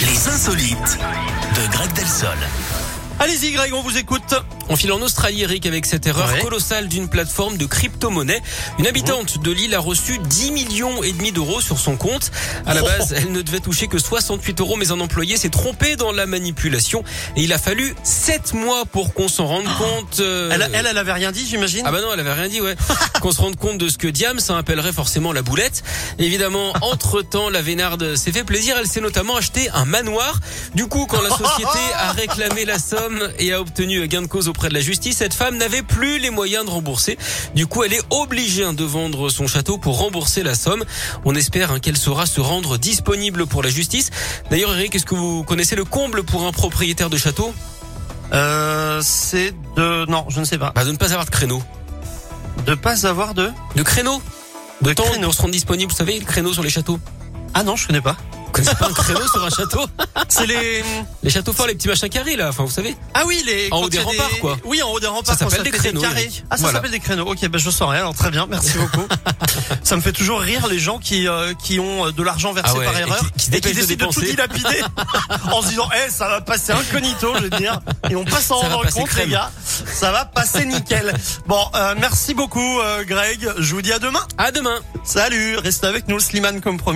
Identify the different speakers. Speaker 1: Les insolites de Greg Delsol.
Speaker 2: Allez-y Greg, on vous écoute.
Speaker 3: On file en Australie, Eric, avec cette erreur
Speaker 2: Ouais. Oh.
Speaker 3: colossale d'une plateforme de crypto-monnaie. Une habitante de l'île a reçu 10 millions et demi d'euros sur son compte. À la
Speaker 2: Oh.
Speaker 3: base, elle ne devait toucher que 68 euros, mais un employé s'est trompé dans la manipulation et il a fallu 7 mois pour qu'on s'en rende compte. euh,
Speaker 2: Ah. Elle, elle, elle avait rien dit, j'imagine.
Speaker 3: ah bah non, elle avait rien dit, ouais. Qu'on se rende compte de ce que Diam, ça appellerait forcément la boulette. Évidemment, entre-temps, la Vénarde s'est fait plaisir. Elle s'est notamment acheté un manoir. Du coup, quand la société a réclamé la somme et a obtenu gain de cause auprès de la justice, cette femme n'avait plus les moyens de rembourser. Du coup, elle est obligée hein, de vendre son château pour rembourser la somme. On espère hein, qu'elle saura se rendre disponible pour la justice. D'ailleurs, Eric, est-ce que vous connaissez le comble pour un propriétaire de château
Speaker 2: Euh, c'est de... Non, je ne sais pas.
Speaker 3: bah, De ne pas avoir de créneau.
Speaker 2: De pas avoir de...
Speaker 3: De créneau de,
Speaker 2: De
Speaker 3: temps
Speaker 2: créneau.
Speaker 3: pour se rendre disponible, vous savez, le créneau sur les châteaux.
Speaker 2: Ah non, je connais pas.
Speaker 3: Vous connaissez pas un créneau sur un château
Speaker 2: C'est les...
Speaker 3: Les châteaux forts, les petits machins carrés là, enfin vous savez.
Speaker 2: Ah oui, les...
Speaker 3: En haut
Speaker 2: quand
Speaker 3: des
Speaker 2: il y a
Speaker 3: remparts, quoi.
Speaker 2: Oui, en haut des remparts.
Speaker 3: Ça
Speaker 2: quand
Speaker 3: s'appelle des
Speaker 2: fait
Speaker 3: créneaux,
Speaker 2: carrés.
Speaker 3: Eric.
Speaker 2: Ah, ça
Speaker 3: Voilà.
Speaker 2: s'applement des créneaux. Ok, ben je saurais. Alors très bien, merci beaucoup. ça me fait toujours rire les gens qui euh, qui ont euh, de l'argent versé
Speaker 3: Ah ouais,
Speaker 2: par
Speaker 3: et
Speaker 2: erreur
Speaker 3: qui- qui se dépêchent de
Speaker 2: décident de tout
Speaker 3: dépenser.
Speaker 2: dilapider en se disant, eh, ça va passer incognito, je veux dire. Et on passe en
Speaker 3: Ça va
Speaker 2: rendre
Speaker 3: passer
Speaker 2: compte, les
Speaker 3: crème.
Speaker 2: gars. Ça va passer nickel. Bon, euh, merci beaucoup, euh, Greg. Je vous dis à demain.
Speaker 3: À demain.
Speaker 2: Salut. Restez avec nous, Slimane, comme promis.